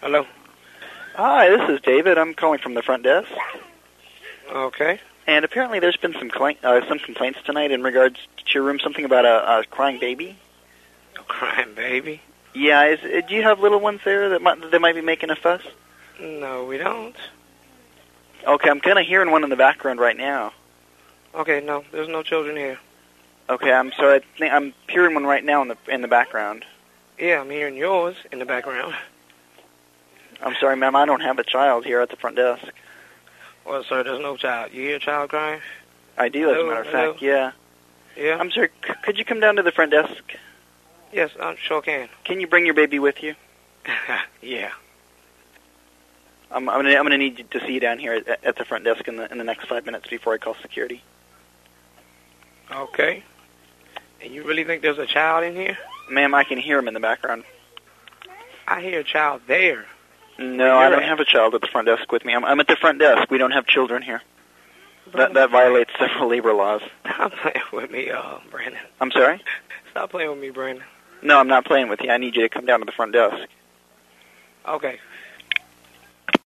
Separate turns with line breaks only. Hello.
Hi, this is David. I'm calling from the front desk.
Okay.
And apparently, there's been some complaint, uh, some complaints tonight in regards to your room. Something about a, a crying baby.
Crying baby.
Yeah, is, uh, do you have little ones there that might that they might be making a fuss?
No, we don't.
Okay, I'm kind of hearing one in the background right now.
Okay, no, there's no children here.
Okay, I'm sorry. I think I'm hearing one right now in the in the background.
Yeah, I'm hearing yours in the background.
I'm sorry, ma'am. I don't have a child here at the front desk.
Well, sir, there's no child. You hear a child crying?
I do, as a matter of
Hello,
fact. Yeah.
Yeah.
I'm sorry. C- could you come down to the front desk?
yes, I sure can.
Can you bring your baby with you?
yeah.
I'm I'm gonna, I'm gonna need to see you down here at, at the front desk in the in the next five minutes before I call security.
Okay. And you really think there's a child in here?
Ma'am, I can hear him in the background.
I hear a child there.
No, I
You're
don't
right.
have a child at the front desk with me. I'm, I'm at the front desk. We don't have children here. That that violates several labor laws.
Stop playing with me, uh, Brandon.
I'm sorry.
Stop playing with me, Brandon.
No, I'm not playing with you. I need you to come down to the front desk.
Okay,